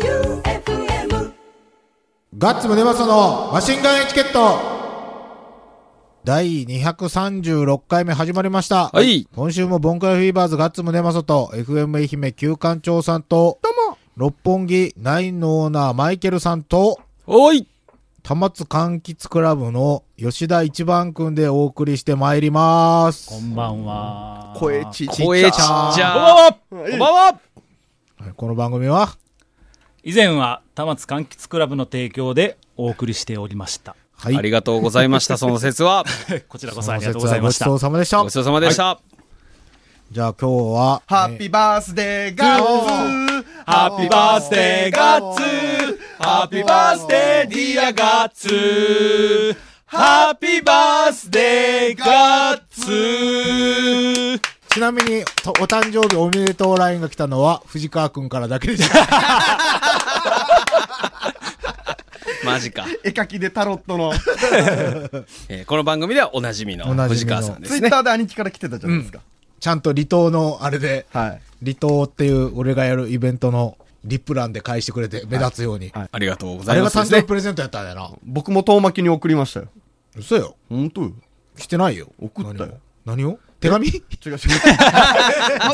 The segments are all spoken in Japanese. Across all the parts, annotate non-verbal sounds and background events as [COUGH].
J-O-E-U-F-M ガッツムネマソのマシンガンエチケット第236回目始まりました。はい今週もボンクラフィーバーズガッツムネマソと FM 愛媛旧館長さんと、六本木ナインのオーナーマイケルさんと、おい玉津柑橘クラブの吉田一番くんでお送りしてまいります。こんばんは。声ちちっちゃ声ちっちゃこんばんはこんばんははいこの番組は、以前は、玉津柑橘クラブの提供でお送りしておりました。はありがとうございました、その説は。こちらこごそありがとうございました。ごちそうさまでしたごち。そうさまでした。じゃあ今日は、ハッピーバースデーガッツハッピーバースデーガッツハッピーバースデーディアガッツハッピーバースデーガッツちなみに、とお誕生日おめでとうラインが来たのは、藤川くんからだけでした。マジか。絵描きでタロット [LAUGHS] の、えーこの番組ではおなじみのおなじ藤みの川さんでツイすッね。ターで兄貴から来てたじゃないですか。ちゃんと離島の、あれで、はい。離島っていう、俺がやるイベントのリプランで返してくれて、目立つように。はいありがとうござあいれまがすで誕す生日ね。プレゼントやったんだよな。僕も遠巻きに送りましたよ。嘘よ。本当よ。してないよ。送ったよ何を。何を手紙違 [LAUGHS] う違う。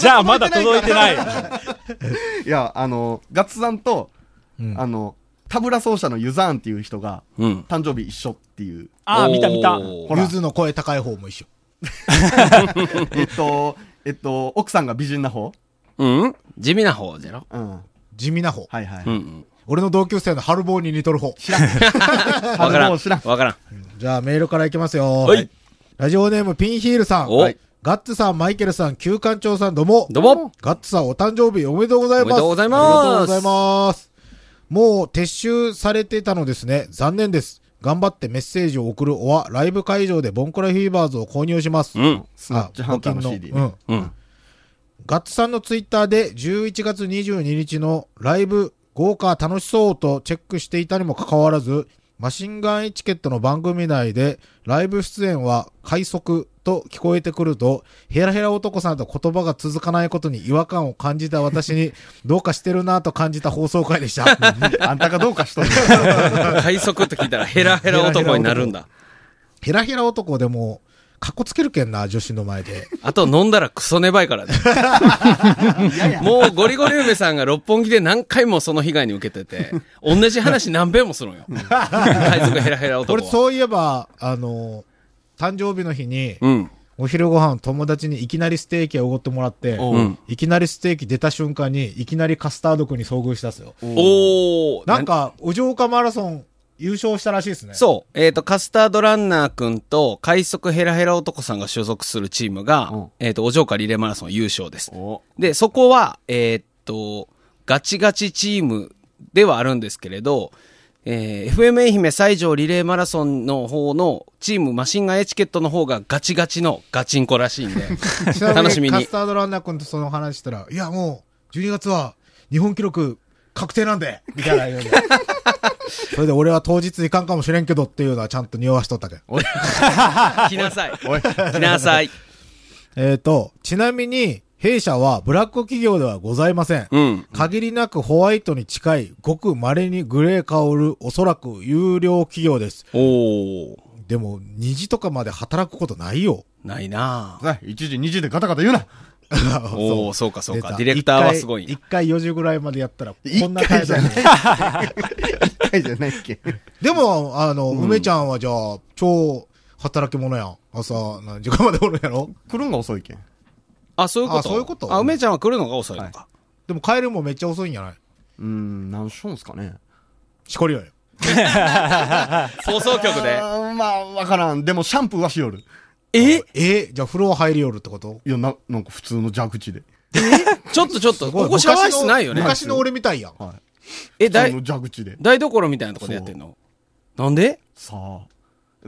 じゃあ、まだ届いてない。いや、あの、ガッツさんと、うんあの、タブラ奏者のユザーンっていう人が、うん。誕生日一緒っていう。ああ、見た見た。おーほらゆずの声高い方も一緒。えっ [LAUGHS] と、えっと、奥さんが美人な方うん地味な方じゃろうん。は地味な方。いはい。うんうん。俺の同級生の春坊に似とる方。知らん。わからん。わ知らん。からん。じゃあメールからいきますよ。はい。ラジオネームピンヒールさん。おはいガッツさん、マイケルさん、旧館長さん、どうも。どうもガッツさん、お誕生日おめでとうございます。おめでとうございますありがとうございます。もう撤収されてたのですね。残念です。頑張ってメッセージを送るおは、ライブ会場でボンクラフィーバーズを購入します。う。ん。スナッチハンターの CD うん。うん。ガッツさんのツイッターで11月22日のライブ豪華楽しそうとチェックしていたにもかかわらず、マシンガンエチケットの番組内でライブ出演は快速と聞こえてくると、ヘラヘラ男さんと言葉が続かないことに違和感を感じた私に、 [LAUGHS] どうかしてるなぁと感じた放送回 [LAUGHS] でした。あんたがどうかしとる。快速って聞いたらヘラヘラ男になるんだ。ヘラヘラ男でも、かっこつけるけんな、女子の前で。あと飲んだらクソばいからね。もうゴリゴリ梅さんが六本木で何回もその被害に受けてて、同じ話何遍もするんよ。海賊ヘラヘラ男俺は。そういえば、あの、誕生日の日に、うん。お昼ご飯友達にいきなりステーキをおごってもらって、おううんいきなりステーキ出た瞬間に、いきなりカスタード君に遭遇したっすよ。おー。なんか、お嬢化マラソン優勝したらしいですね。な、そう。えっ、と、カスタードランナーくんと、海賊ヘラヘラ男さんが所属するチームが、うんえっ、と、お嬢かリレーマラソン優勝です。おで、そこは、えーっと、ガチガチチームではあるんですけれど、えー FM 愛媛西条リレーマラソンの方のチームマシンガンエチケットの方がガチガチのガチンコらしいんで [LAUGHS] ち、なみに楽しみカにス。タードランナー君とその話したら、いや、もう、12月は日本記録確定なん [LAUGHS] で、みたいな言うんでそれで俺は当日いかんかもしれんけどっていうのはちゃんと匂わしとったけど。来なさい。来なさい。えっ、と、ちなみに、弊社はブラック企業ではございません。うん。限りなくホワイトに近い、ごく稀にグレー香る、おそらく有料企業です。おー。でも、2時とかまで働くことないよ。ないなぁ。さあ1時、2時でガタガタ言うな。おー、そうかそう出か。たディレクターはすごい一な。回一回4時ぐらいまでやったら、こん一な態回度じゃない。 [LAUGHS] 一回じゃないっけ。でも、あの、梅ちゃんはじゃあ、超働き者やん。朝、何時間までおるやろ来るんが遅いけん。あ、そういうことあそういうことあ、梅ちゃんは来るのが遅いのか。でも帰るもめっちゃ遅いんじゃないうーん、何しょんすかね。しこりよよ。放送局で。あーまあ、わからん。でも、シャンプーはしよる。ええじゃあ風呂入りよるってこといや、な、なんか普通の蛇口で。ちょっとちょっと、すごいここシャワー室ないよね。昔の昔の俺みたいやん。はい。え、だ普い通の蛇口で。台所みたいなとこでやってんのなんでさあ。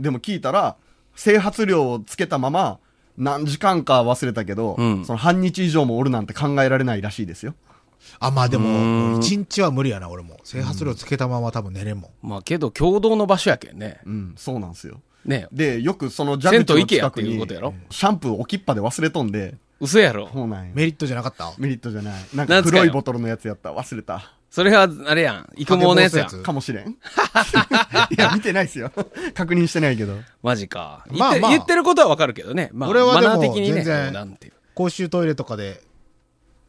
でも聞いたら、整髪料をつけたまま、何時間か忘れたけど、うんその半日以上もおるなんて考えられないらしいですよ。あ、まあでも、1日は無理やな、俺も。整髪料つけたまま多分寝れんもん。まあけど共同の場所やけんね。うん、そうなんですよ。ねで、よくその蛇銭口湯の行けや近ってくいうにことやろ、シャンプー置きっぱで忘れとんで、嘘やろ。そうなんや。メリットじゃなかったメリットじゃない。なんなかんすかよ黒いボトルのやつやった。忘れた。それは、あれやん。育毛のやつや竹ん。棒かもし [LAUGHS] れん。いや、見てないっすよ。確認してないけど。マジか。言って,、まあまあ言ってることはわかるけどね。まあ、俺はでもマナー的にね、全然もうなんていう。公衆トイレとかで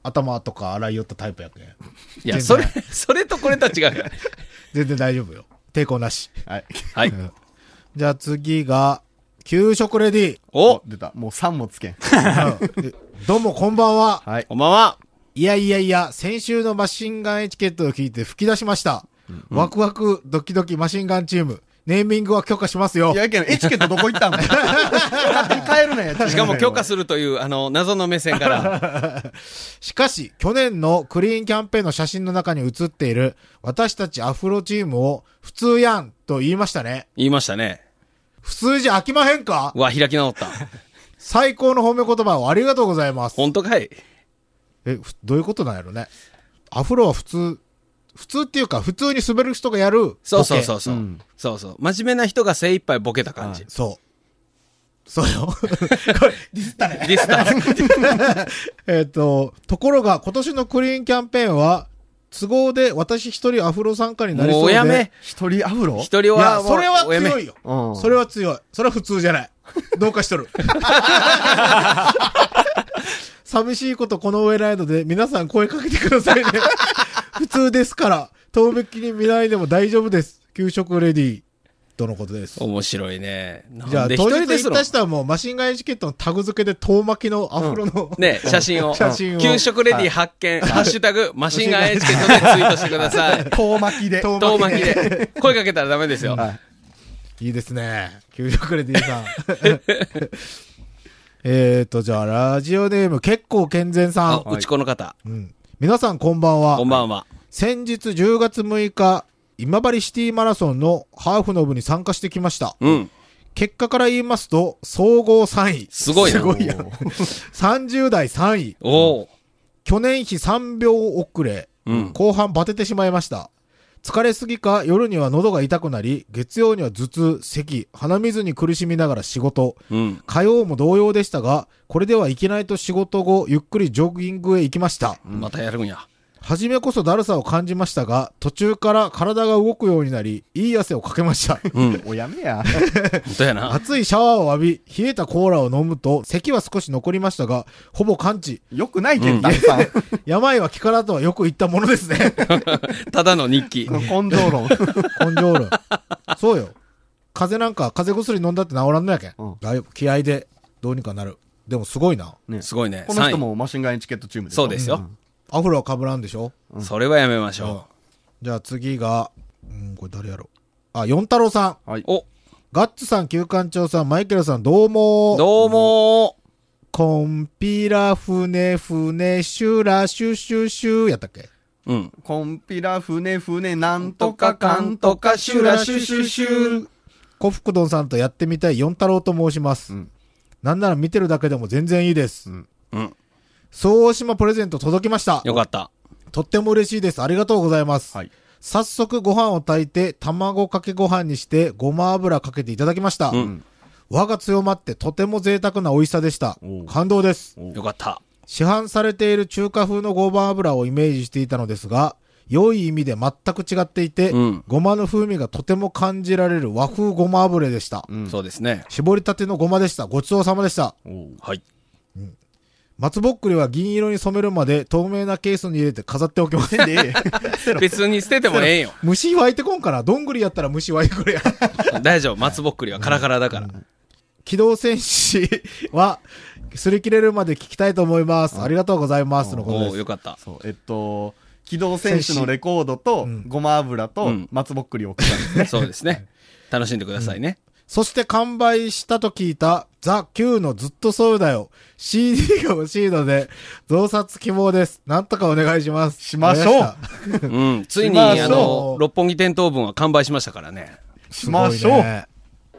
頭とか洗いよったタイプやけん。いや、全然それ、 [LAUGHS] それとこれとは違うから。全然大丈夫よ。抵抗なし。はい。はい。じゃあ次が、給食レディお出た。もう3もつけん。ー。うん [LAUGHS] どうもこんばんは。はい。こんばんは。いやいやいや、先週のマシンガンエチケットを聞いて吹き出しました。ワクワクドキドキマシンガンチーム。ネーミングは許可しますよい。や、やけん、エチケットどこ行ったん [LAUGHS] 勝手に帰るなやしかも許可すするという、あの、謎の目線 [LAUGHS] から。しかし、去年のクリーンキャンペーンの写真の中に写っている、私たちアフロチームを、普通やんと言いましたね。言いましたね。普通じゃ飽きまへんかうわ、開き直った。最高の褒め言葉をありがとうございます。本当かいえ、ふどういうことなんやろね。アフロは普通、普通っていうか、普通に滑る人がやる。。そうそうそううそう、うんそうそう。真面目な人が精一杯ボケた感じ。そう。そう [LAUGHS] よ。ディスタンス。 [LAUGHS] えっと、ところが今年のクリーンキャンペーンは、都合で私一人アフロ参加になりそうもで。うやめ。。一人アフロ一人いやは、、もうそれはおやめ強いよ。うんそれは強い。それは普通じゃ [LAUGHS] ない。どうかしとる。寂しいことこの上ないので、皆さん声かけてくださ [LAUGHS] いね。普通ですから、遠べきに見ないでも大丈夫です。給食レディー。とのことです。面白いね。じゃなあ、んで一当人日です行っのた人はもうマシンガンエチケットのタグ付けで遠巻きのアフロの、ね、写真を。写真を給食レディ発見、ハッシュタグ、マシンガンエチケットでツイートしてください。遠巻きで。遠遠巻巻ききで。で。声かけたらダメですよ。はいいいですね。給食レディさん。 [LAUGHS] えーと、じゃあ、ラジオネーム結構健全さあん、。うちこの方。うん。皆さんこんばんは。こんばんは。先日10月6日、今治シティマラソンのハーフの部に参加してきました。うん。結果から言いますと、総合3位。すごいなすごいやん。30代3位。おお。去年比3秒遅れ。うん。後半バテてしまいました。疲れすぎか夜には喉が痛くなり、月曜には頭痛、咳、鼻水に苦しみながら仕事。うん。火曜も同様でしたが、これではいけないと仕事後、ゆっくりジョギングへ行きました。またやるんや。初めこそだるさを感じましたが、途中から体が動くようになり、いい汗をかけま [LAUGHS] した。うん。おやめや。本当やな。熱いシャワーを浴び、冷えたコーラを飲むと、咳は少し残りましたが、ほぼ完治。 [LAUGHS] よくないけん、たくさん。病は気からとはよく言ったものです [LAUGHS] ね。ただの日記。根性論。根性論。そうよ。風邪なんか、風邪薬飲んだって治らんのやけん。うんだいぶ気合で、どうにかなる。でもすごいな。 [LAUGHS] ねすごいね。この人三位。もマシンガンエチケットチームでしょそうですよ。アフロは被らんでしょそれはやめましょじゃあ次が、うん、これ誰やろあ、四太郎さん。はい。う。ガッツさん、旧館長さん、マイケルさん、どうもお、どうもコンピラ船船シュラシュシュシュやったっけー。うん。コンピラ、船、船、なんとかかんとか、シュラ、シュシュシュ。コフクドンさんとやってみたい四太郎と申します。うんなんなら見てるだけでも全然いいです。うん。総大島プレゼント届きました。よかった。とっても嬉しいです。ありがとうございます。はい早速ご飯を炊いて、卵かけご飯にして、ごま油かけていただきました。うん。和が強まってとても贅沢な美味しさでしたおう。感動です。よかった。市販されている中華風のごま油をイメージしていたのですが、良い意味で全く違っていて、うんごまの風味がとても感じられる和風ごま油でした。うんそうですね。絞りたてのごまでした。ごちそうさまでした。はい。松ぼっくりは銀色に染めるまで透明なケースに入れて飾っておきます。せんでええ。別に捨ててもええん [LAUGHS] よ。 [LAUGHS] 虫湧いてこんからどんぐりやったら虫湧いてくるやん。大丈夫。松ぼっくりはカラカラだから。機動戦士は、擦り切れるまで聞きたいと思います。ありがとうございます。のことおおですよ。かった。そう、えっと、機動戦士のレコードと、ごま油うとん、松ぼっくりを [LAUGHS] 送ったんですね。そうですね。楽しんでくださいね。そして完売したと聞いた、ザ・ Q のずっとそうだよ。CD が欲しいので、増刷希望です。なんとかお願いします。しましょうお願いたうん。ついに、まああその、う六本木店頭分は完売しましたからね。しましょう。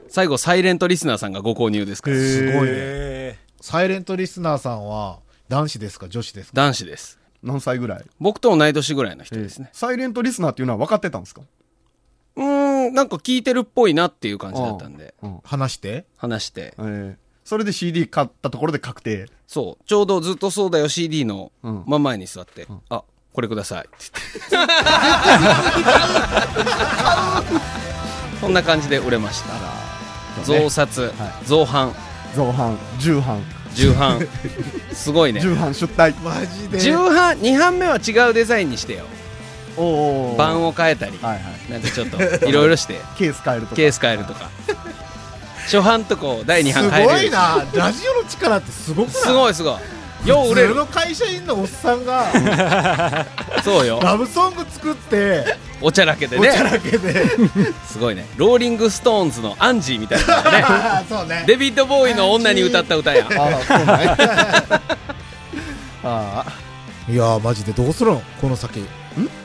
最後、サイレントリスナーさんがご購入ですから。へすごいね。えサイレントリスナーさんは、男子ですか女子ですか男子です。何歳ぐらい僕と同い年ぐらいの人ですね。サイレントリスナーっていうのは分かってたんですかうーん、なんか聞いてるっぽいなっていう感じだったんで、うん。話して話して。えーそれで CD 買ったところで確定。そう。ちょうどずっとそうだよ CD のうん真ん前に座って、あ、これください [LAUGHS] って言って。そんな感じで売れました。増刷、増版、造反、重版、重版。すごいね。重版出退。マジで重版、2版目は違うデザインにしてよ。おお。版を変えたり、はいはい。なんかちょっといろい [LAUGHS] ろして、ケース変えるとか。ケース変えるとか。初版とこう第2す版変えるよごうにいなラジオの力ってすごくないすごいすごい。よう売れ普通る。の会社員のおっさんがそうよ。ラブソング作っておちゃらけ [LAUGHS] でおねち。ゃらけで [LAUGHS] すごいね。ローリングストーンズのアンジーみたいな [LAUGHS] ね。あーそうねデビッド・ボーイの女に歌った歌やん。ああ、そうね。あいやーマジでどうするんこの先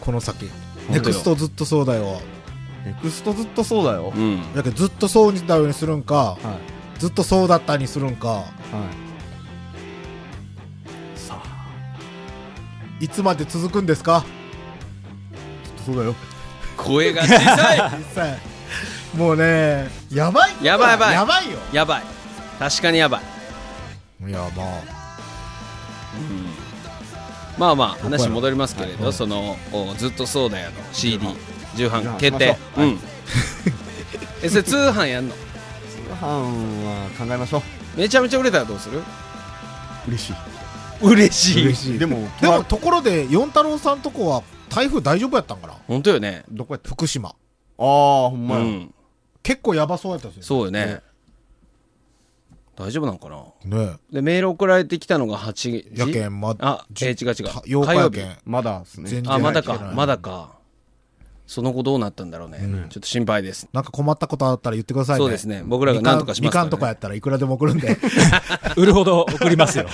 この先当よネクストずっとそうだよあ。ネクストずっとそうだよう。ん。だけどずっとそうだよにするんかはい。ずっとそうだったにするんかはい。さあ、いつまで続くんですかずっとそうだよ。声が小さ実際もうねやばいことだやばいやばいやばいよいやばい。確かにやばい。いやまあまあまあ、こやろ話戻りますけれはど、いその、おずっとそうだよの CD、重重版版決定し。ましょう。うんえ、それ通販やんの通販は考えましょめちゃめちゃ売れたらどうするう。嬉し嬉嬉しい。しいででもも、でともはところで四太郎さんとこは台風大丈夫やったんかな本当よね。どこやった福島ああ、ほんうまや。ん。結構やばそうやったんですよそうよね。大丈夫なんかなねで、メール送られてきたのが8時。やけんまあ、じえー、違う違たう。 8火日曜や日け。んまだですね全。然あ、まだ来てなか、いまだか。その後どうなったんだろうね。ちょっと心配です。なんか困ったことあったら言ってくださいねそうですね僕らが何とかしますからねみかんみかんとかやったらいくらでも送るんで売るほど送 [LAUGHS] りますよ。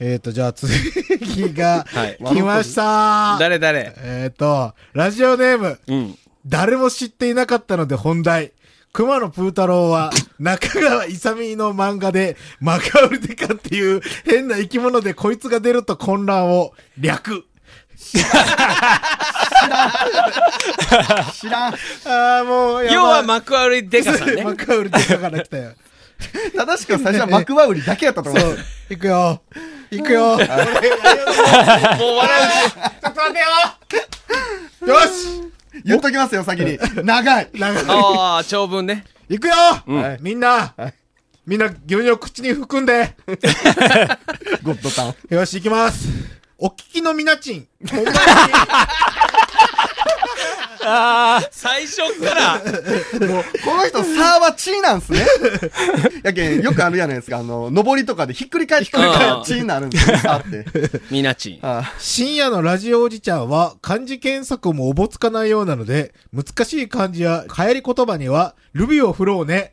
えっとじゃあ次がはい来ました誰誰えっとラジオネームうん。誰も知っていなかったので本題。熊野プー太郎は、中川勇の漫画で、マカウルデカっていう変な生き物でこいつが出ると混乱を略。知らん。ああ、もう、やばい。要は幕張デカさん [LAUGHS] ね [LAUGHS] マ。カウルデカから来たよ。正しくは最初は幕は売りだけやったとそ思う。う。行くよ。行く [LAUGHS] よ。俺、やるよもうち笑ょっと待てよ。よし言っときますよ、先に。長い。長う。いああ、長文ね。行くよ、んみんな、みんな牛乳を口に含んで。ゴッドタン。よし、行きます。お聞きのみなちん。ほんまに最初 [LAUGHS] から。もう、この人、サーはチーなんすね。 [LAUGHS] やけん、よくあるやないですか。あの、上りとかでひっくり返って、ひっくり返ってチーになるんですよ、サーって。みなちん。ああ深夜のラジオおじちゃんは漢字検索もおぼつかないようなので、難しい漢字や流行り言葉には、ルビを振ろうね。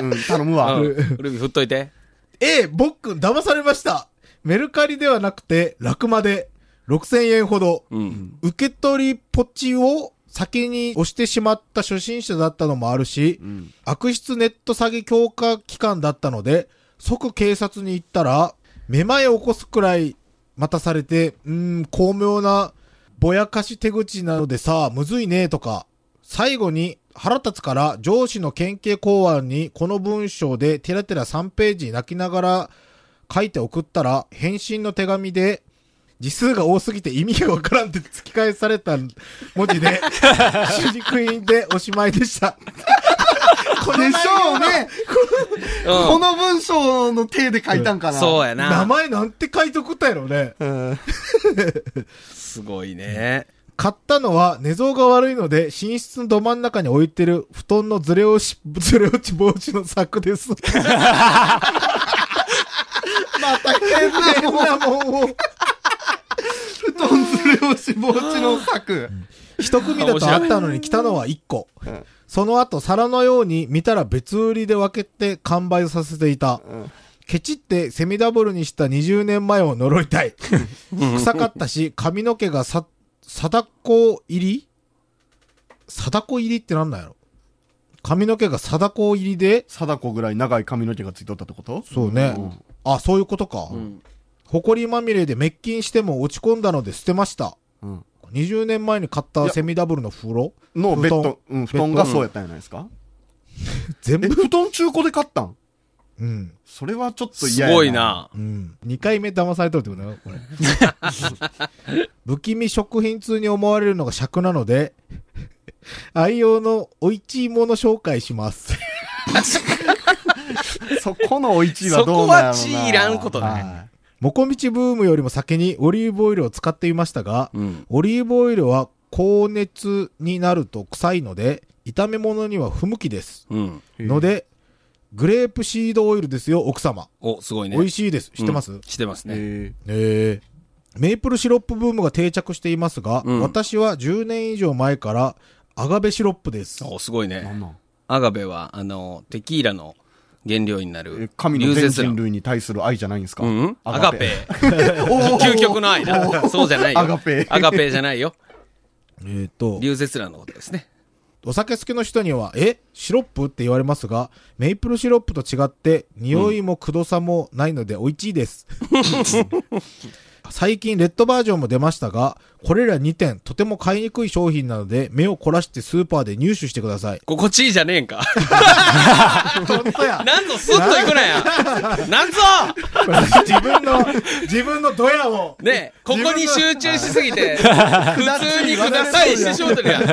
うん、頼むわ。ううんんルビ振っといて。ええ、僕、騙されました。メルカリではなくて、ラクマで、6000円ほど。うん。受け取りポチを先に押してしまった初心者だったのもあるし、悪質ネット詐欺強化機関だったので、即警察に行ったら、めまいを起こすくらい待たされて、うーん、巧妙なぼやかし手口なのでさ、むずいね、とか。最後に、腹立つから上司の県警公安にこの文章でテラテラ3ページ泣きながら書いて送ったら、返信の手紙で、字数が多すぎて意味がわからんって突き返された文字で、主軸員でおしまいでした。こでしょう内容ね。こうの文章の手で書いたんかん。な。そうや名な。前なんて書いとくったやろね。うん。すごいね。買ったのは寝相が悪いので寝室のど真ん中に置いてる布団のずれ落ち、ずれ落ち防止の柵です。また変な変もん。なもんを。布団ずれをしぼうちの策。一組だとあったのに来たのは一個。その後皿のように見たら別売りで分けて完売させていた。ケチってセミダブルにした20年前を呪いたい。臭かったし、髪の毛がさ、貞子入り貞子入りってなんなんやろ髪の毛が貞子入りで、貞子ぐらい長い髪の毛がついとったってことそうね。あ、そういうことか。んほこりまみれで滅菌しても落ち込んだので捨てました。うん。 20年前に買ったセミダブルの風呂のベッド、うん、布団がベッそうやったんじゃないですか全え、部、布団中古で買ったんうん。それはちょっとす嫌やごい。な。うん。2回目騙されとるってことだよ、これ。 [LAUGHS] 不気味食品通に思われるのが尺なので、愛用のおいちいもの紹介します。そこのお一位はどうなのそこは地位いらんことねもこみちブームよりも先にオリーブオイルを使っていましたが、うん。オリーブオイルは高熱になると臭いので、炒め物には不向きです。うん。ので、グレープシードオイルですよ、奥様。お、すごいね。美味ししいです。知ってます、してますね。ええーメープルシロップブームが定着していますが、うん私は10年以上前からアガベシロップです。お、すごいーなね。んなんアガベは、あの、テキーラの原料になえる。神の全人流類に対する愛じゃないんですかうんうん。アガペ。。 [LAUGHS] おー究極の愛だ。そうじゃないよ。アガペアガペじゃないよ。えーっと、流絶蘭のことですね。お酒好きの人には、えシロップって言われますが、メイプルシロップと違って、匂いもくどさもないので、おいちい [LAUGHS] です。最近、レッドバージョンも出ましたが、これら2点、とても買いにくい商品なので、目を凝らしてスーパーで入手してくださ [LAUGHS] い。心地いいじゃねえんか。 [LAUGHS] 本当や。なんぞスッと行くなや。 [LAUGHS] なんぞ自分の、自分のドヤを、ねえ、ここに集中しすぎて、普通にくださいしてしもうてるやん。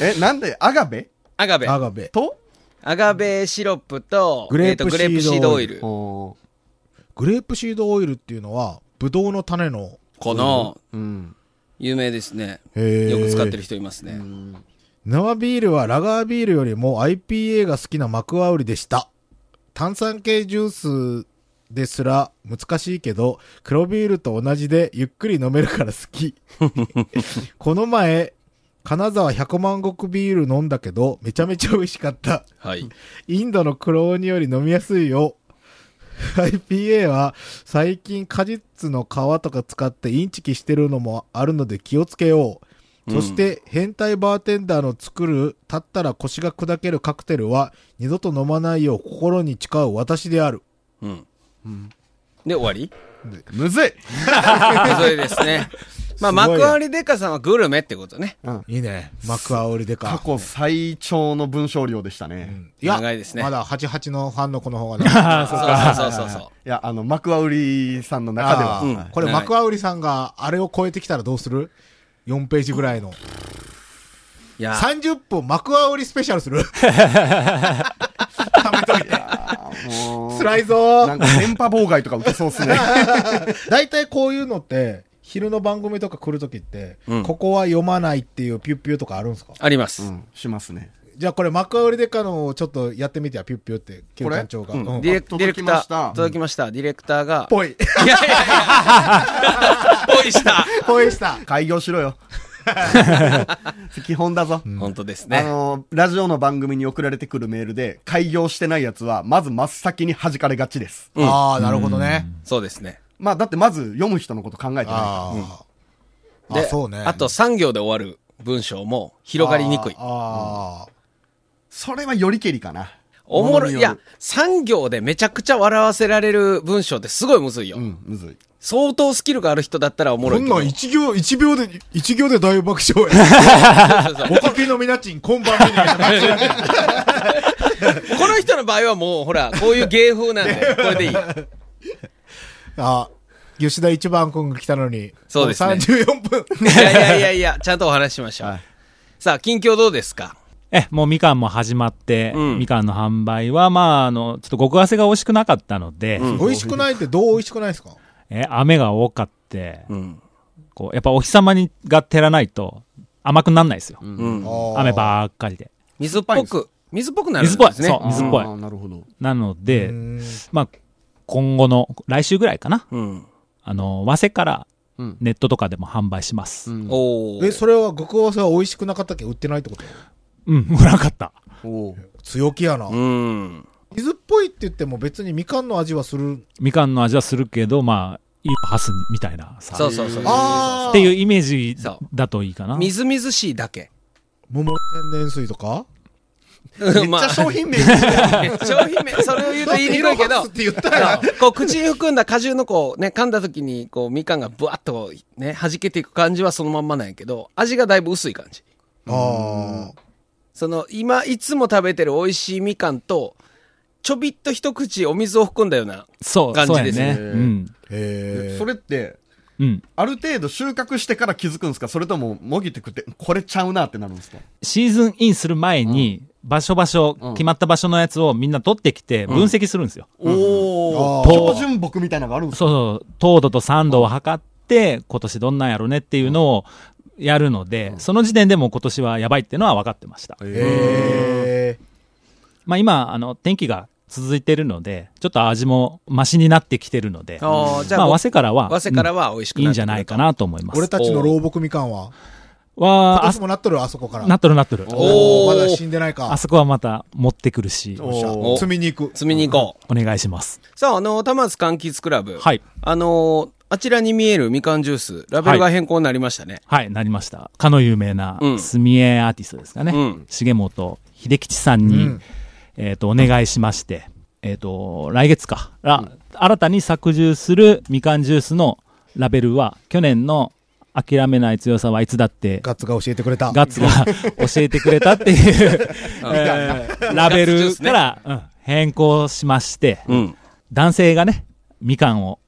え、なんで、アガベアガベ。アガベ。とアガベシロップと、グレープえーとグレープシードオイル。おグレープシードオイルっていうのは、ブドウの種の、この、ーうん。有名ですね。へーよく使ってる人いますね。生ビールはラガービールよりも IPA が好きなマクワウリでした。炭酸系ジュースですら難しいけど、黒ビールと同じでゆっくり飲めるから好き。 [LAUGHS] この前、金沢100万石ビール飲んだけど、めちゃめちゃ美味しかった。はい。インドの黒鬼より飲みやすいよ。IPA は最近果実の皮とか使ってインチキしてるのもあるので気をつけよう。そして変態バーテンダーの作る立ったら腰が砕けるカクテルは二度と飲まないよう心に誓う私である。うん。で、終わりむずいそれですね。まあ、すごいマやクアリデカさんはグルメってことね。いいね。幕はおりで過か。去最長の文章量でしたね。いや、長いですねまだ88のファンの子の方がねああ、そうか。そうそうそうそう。いや、あの、幕あうりさんの中ではあ。ーうんこれはい幕はおりさんがあれを超えてきたらどうする ?4 ページぐらいの。いや、 30分幕あおりスペシャルす [LAUGHS] るためといて。もう辛いぞなんーか電波妨害とか受けそうっすね。 [LAUGHS] 大体こういうのって、昼の番組とか来るときって、うんここは読まないっていうピュッピュとかあるんですかありまうす。ん、しますね。じゃあこれ幕あおりでかのをちょっとやってみてや、ピュッピュって、キュこれ団長が。ううんんディレクディレ届クきタまーした、届きました。ディレクターが。ぽい。いやいやいや [LAUGHS] ぽいした。 [LAUGHS] ぽいした。開業しろよ。 [LAUGHS] 基本だぞ。本当ですあね。のー、ラジオの番組に送られてくるメールで、開業してないやつは、まず真っ先に弾かれがちです。うんああ、なるほどね。そうですね。まあ、だってまず読む人のこと考えてないから。ああ。あ、で、そうね。あと3行で終わる文章も広がりにくい。あーあー。それはよりけりかな。おもろい。い物やによ、 3行でめちゃくちゃ笑わせられる文章ってすごいむずいよ。る。うん、むずい。相当スキルがある人だったらおもろいけど。一行、一秒で、一行で大爆笑 [LAUGHS] や。そうそうそボう [LAUGHS] カピのミナチン、こんばんみこの人の場合はもう、ほら、こういう芸風なんで、これでいい。あ、吉田一番くんが来たのに。そうですねも34分。いやいやいやいや、ちゃんとお話ししましょう。はいさあ、近況どうですかえ、もうみかんも始まって、うんみかんの販売は、まあ、あの、ちょっと極汗が美味しくなかったので、 [LAUGHS] 美味しくないってどう美味しくないですかえ、雨が多かって、うん。こう、やっぱお日様にが照らないと甘くなんないですよ。うん。雨ばっかりで。水っぽく、水っぽくなるん水っぽい、ですね。そう、水っぽいあ。ーなるほど。なのうで、んまあ、今後の、来週ぐらいかな。うん。あの、和瀬からうんネットとかでも販売します。うん、おーえ、それは極わせは美味しくなかったっけ売ってないってこと売らなかった。おー強気やなう。ん。水っぽいって言っても別にみかんの味はする。みかんの味はするけど、まあ、いいハスみたいなさ。そうそうそう。あっていうイメージそうだといいかな。みずみずしいだけ。桃天然水とか [LAUGHS] めっちゃ [LAUGHS] 商品名商品名、それを言うと言いにくいけど、って言ったら。こう口に含んだ果汁のこうね、噛んだ時にこうみかんがブワッとこうね、弾けていく感じはそのまんまなんやけど、味がだいぶ薄い感じ。ああ。その、今、いつも食べてる美味しいみかんと、ちょびっと一口お水を含んだような。そう、感じそうやですねね。うん。へえそれって、うん。ある程度収穫してから気づくんですかそれとも、もぎって食って、これちゃうなってなるんですかシーズンインする前に、場所場所、うん決まった場所のやつをみんな取ってきて、分析するんですよ。おあお。ー標準木みたいなのがあるんですかそうそう、糖度と酸度を測って、今年どんなんやろねっていうのをやるので、その時点でもう今年はやばいっていうのは分かってました。へえまあ今、あの、天気が続いてるので、ちょっと味もマシになってきてるので、ああ、じゃまあ、あ、わ早稲からは、せからうんは美味しくいいなってくるんじゃないか。なと思います。俺たちの老木みかんはわ今あ年、もなっとるあそこかあらなっとるなっとる。おまーだ死んでないかあそこはまた持ってくるし、おおーよっしゃ積みに行く積みに行こう。願いします。さあ、あの、玉津柑橘クラブ。はい。あの、あちらに見えるみかんジュース、ラベルが変更になりましたね。はい、なりました。かの有名なうん、スミエアーティストですかね。うん重本秀吉さんに、うんえっ、と、お願いしまして、えっ、と、来月から、新たに作充するみかんジュースのラベルは、去年の諦めない強さはいつだって、ガッツが教えてくれたガッツが教えてくれたって [LAUGHS] いう、えーラベルから、うん変更しまして、うん。男性がね、みかんを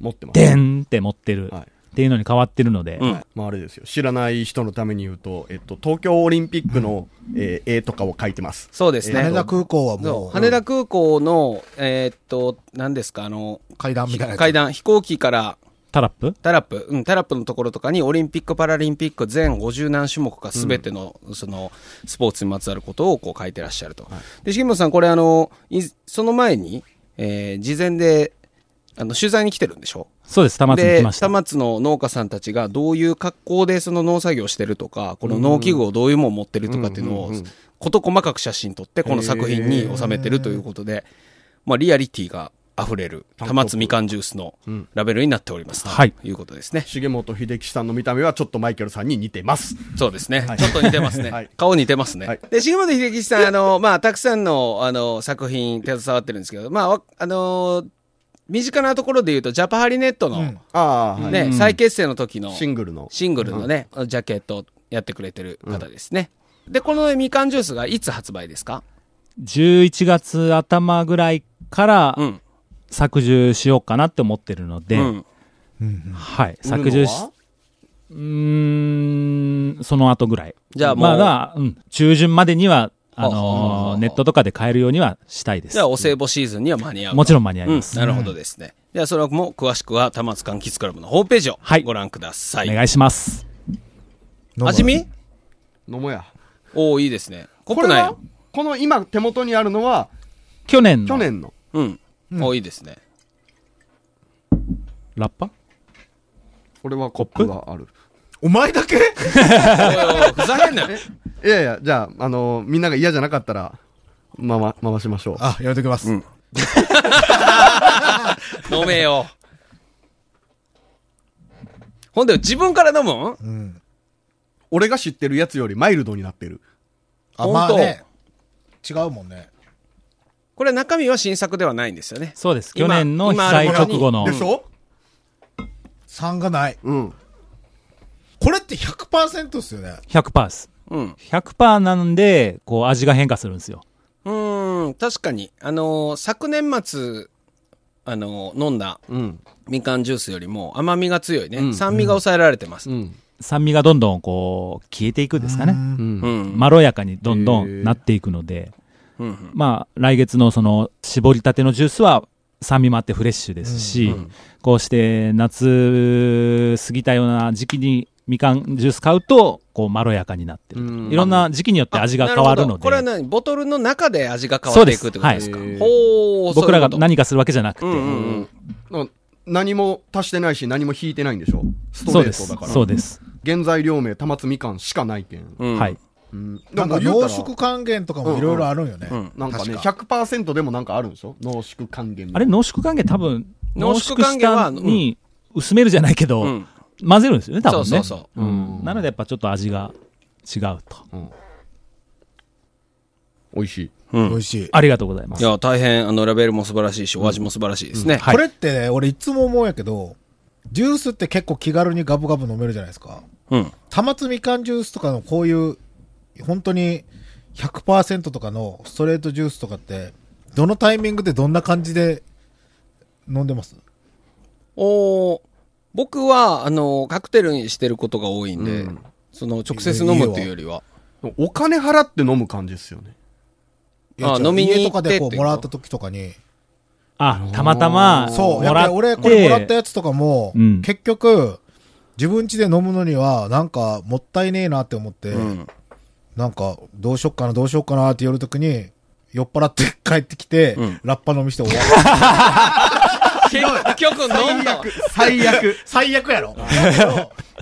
持ってます。でんって持ってる、はいっていうのに変わってるので、うんまあ、あれですよ。知らない人のために言うと、えっと、東京オリンピックの、えー絵とかを描いてます。そうですね。羽田空港はそもうう羽田空港の、えーっと、何ですか、あの、階段みたいなやつ階段、飛行機からタラップタラップ、うん、タラップのところとかにオリンピック・パラリンピック全50何種目か全ての、その、スポーツにまつわることをこう書いてらっしゃると。で、重本さん、これあの、いその前に、えー事前で、あの、取材に来てるんでしょそうです、玉津にで来ま、した田。松の農家さんたちがどういう格好でその農作業してるとか、この農機具をどういうもん持ってるとかっていうのを、こと細かく写真撮って、この作品に収めてるということで、まあ、リアリティが溢れる、田松みかんジュースのラベルになっております。はいということですね。重本秀樹さんの見た目はちょっとマイケルさんに似てます。そうですね。ちょっと似てますね。はい顔似てますね。はいで、重本秀樹さん、あの、まあ、たくさんの、あの、作品携わってるんですけど、まあわ、あの、身近なところで言うと、ジャパハリネットの、うんああ、はい。ね、再結成の時の、シングルの。シングルのね、ジャケットをやってくれてる方ですね。で、このみかんジュースがいつ発売ですか11月頭ぐらいからうん。削除しようかなって思ってるので、うん。はい、売削るの除はし、うーん、その後ぐらい。じゃあもうまだ、うん、中旬までには、あはあはあはあはのあーネットとかで買えるようにはしたいですじゃ。あ、お歳暮シーズンには間に合う。もちろん間間に合います。なるほどですね。じゃあ、それも詳しくは、たまつかんきつクラブのホームページをはいご覧ください。お願いします。飲む味見のもや。おおいいですね。濃こくれないはよ。この今手元にあるのは、去年去の年の。うん。おおいいですね。ラッパこれはコップがある。お前だけおいおい、ふざけ [LAUGHS] んなよ。いやいや、じゃあ、あのーみんなが嫌じゃなかったら、まま、回しましょう。あやめときますん飲めよ。ほんで、自分から飲むんうん俺が知ってるやつよりマイルドになってる。あ本まあ当ね違うもんねこれ中身は新作ではないんですよね。そうです。今去年の被今あ災るものに直後ので。しょ3がないうん。これって100%っすよね100%です。うん。 100%なんで、こう味が変化するんですよ。うーん、確かに。あのー昨年末、あのー飲んだうん。みかんジュースよりも甘みが強いね。酸味が抑えられてます。ううん。ん。酸味がどんどんこう消えていくんですかね。うん。まろやかにどんどんなっていくので、うんまあ来月のその絞りたてのジュースは酸味もあってフレッシュですし、こうして夏過ぎたような時期にみかんジュース買うと、こうまろやかになってると。うんいろんな時期によって味が変わるのあなほどこれはで、何ボトルの中で味が変わっていくってことですかそうですはいほう、僕らがそういう何かするわけじゃなくて、ことうんうんうん。だから何も足してないし、何も引いてないんでしょストそうレでートすだか。ら。そうです。原材料名、玉津みかんしかないけん。うんはい。。うん。なんかでも言うた濃ら縮還元とかもいろいろあるんよねうんうんなんかね、確か100%でもなんかあるんでしょ濃縮還元のあれ濃縮還元多分、濃濃縮縮還し元はたに薄めるじゃないけど、うん混ぜるんですよね、多分そね。うそうそう。うんなのでやっぱちょっと味が違うと。美味しい。美味しいありがとうございまいす。や、大変、あの、ラベルも素晴らしいし、お味も素晴らしいですね。はいこれってね、俺いつも思うんやけど、ジュースって結構気軽にガブガブ飲めるじゃないですか。うん。玉津みかんジュースとかのこういう、本当に100%とかのストレートジュースとかって、どのタイミングでどんな感じで飲んでますおー僕は、あの、カクテルにしてることが多いんで、うんその、直接飲むっていうよりは。お金払って飲む感じですよね。いやあ違う飲みに行って家とかでこってういうもことらった時とかに。あ、たまたま、そう。やもっらぱりって、俺、これもらったやつとかも、うん結局、自分家で飲むのには、なんか、もったいねえなって思って、うん。なんか、どうしよっかな、どうしよっかなって夜ときに、酔っ払って帰ってきて、うんラッパ飲みして終わる。結局飲んだわ。最悪。最悪やろ。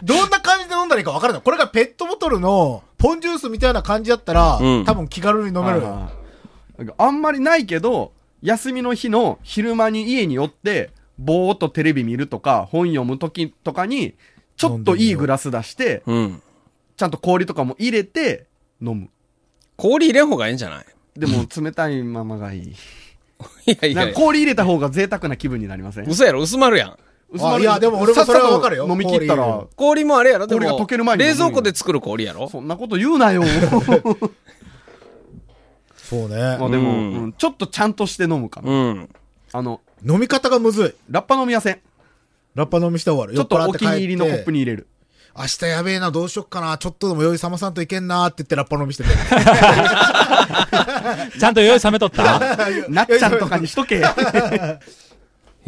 どんな感じで飲んだらいいか分からない。これがペットボトルの、ポンジュースみたいな感じだったら、うん多分気軽に飲めるよ。あーなんかあんまりないけど、休みの日の昼間に家に寄って、ぼーっとテレビ見るとか、本読む時とかに、ちょっといいグラス出して、うん。ちゃんと氷とかも入れて、飲む。氷入れん方がいいんじゃない [LAUGHS] でも、冷たいままがいい。いやいなやんいかや。氷入れた方が贅沢な気分になりません嘘やろ、薄まるやん。薄まるいやでも俺もそれはわかるよさっさと飲み切っ氷入れたらる、氷もあれやろ、でも。氷が溶ける前に飲む冷よ蔵庫で作る氷やろそんなこと言う [LAUGHS] なよ。そうね、まあうんでも、うんちょっとちゃんとして飲むかな。うん。あの、飲み方がむずい。ラッパ飲みません。ラッパ飲みして終わる。ちょっと酔払おて気帰に入りのコップに。に入れる。明日やべえな、どうしよっかな、ちょっとでも酔いさまさんといけんなって言ってラッパ飲みしてる。ちゃんと用意さめとったなっちゃんとかにしとけ。いや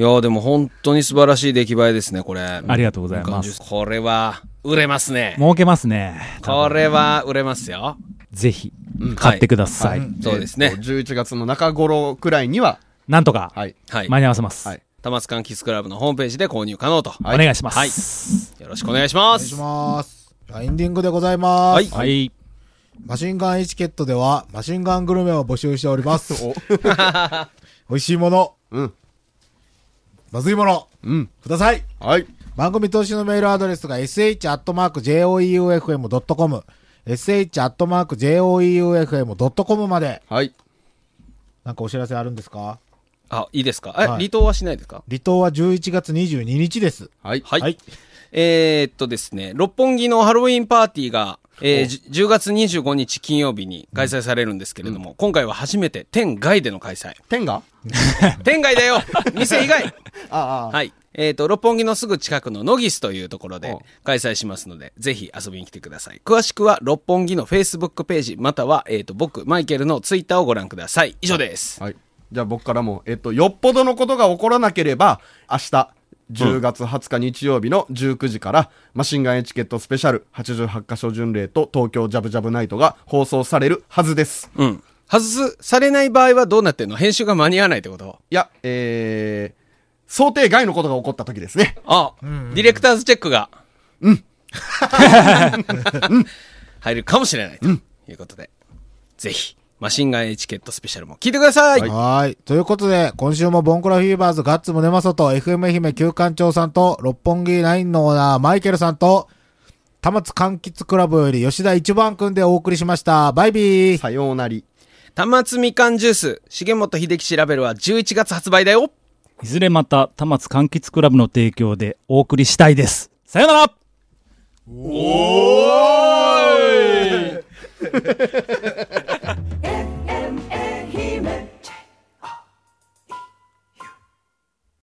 ーでも本当に素晴らしい出来栄えですね、これ。あありがとうございます。これは、売れますね。儲けますね。これは、売れますよ。ぜひ、買ってください。そうですねえっと11月の中頃くらいには、なんとか、はい。はい。間に合わせます。はいタマスカンキスクラブのホームページで購入可能と。お願いしまはいす。よろしくお願いしまお願いしす。ます。じゃあエンディングでございます。はいはい。マシンガンエチケットでは、マシンガングルメを募集しており [LAUGHS] ます。美味しいもの、うん。まずいもの、うん。ください。はい。番組投資のメールアドレスが sh.joeufm.com、sh.joeufm.com まで。はい。なんかお知らせあるんですかあ、いいですかえ、はい離島はしないですか離島は11月22日です。はい。はい。はいえー、っとですね、六本木のハロウィンパーティーが、えーじゅ10月25日金曜日に開催されるんですけれども、今回は初めて店外での開催。天が店外 [LAUGHS] だよ店以外ああ。はい。えー、と、六本木のすぐ近くのノギスというところでお開催しますので、ぜひ遊びに来てください。詳しくは六本木の Facebook ページ、または、えー、と、僕、マイケルの Twitter をご覧ください。以上です。はい。じゃあ僕からも、えっと、よっぽどのことが起こらなければ、明日、10月20日日曜日の19時から、マシンガンエチケットスペシャル88カ所巡礼と東京ジャブジャブナイトが放送されるはずです。うん。外す、されない場合はどうなってんの編集が間に合わないってこといや、えー、想定外のことが起こった時ですね。あ、ディレクターズチェックが。うん。 [LAUGHS] 入るかもしれないということで、ぜひ、マシンガンエチケットスペシャルも聞いてください。はい。ということで、今週もボンクラフィーバーズガッツムネマソと FM 愛媛旧館長さんと、六本木ナインのオーナーマイケルさんと、田松柑橘クラブより吉田一番くんでお送りしました。バイビー。さようなり。玉津みかんジュース、重本秀樹ラベルは11月発売だよいずれまた、田松柑橘クラブの提供でお送りしたいです。さよなら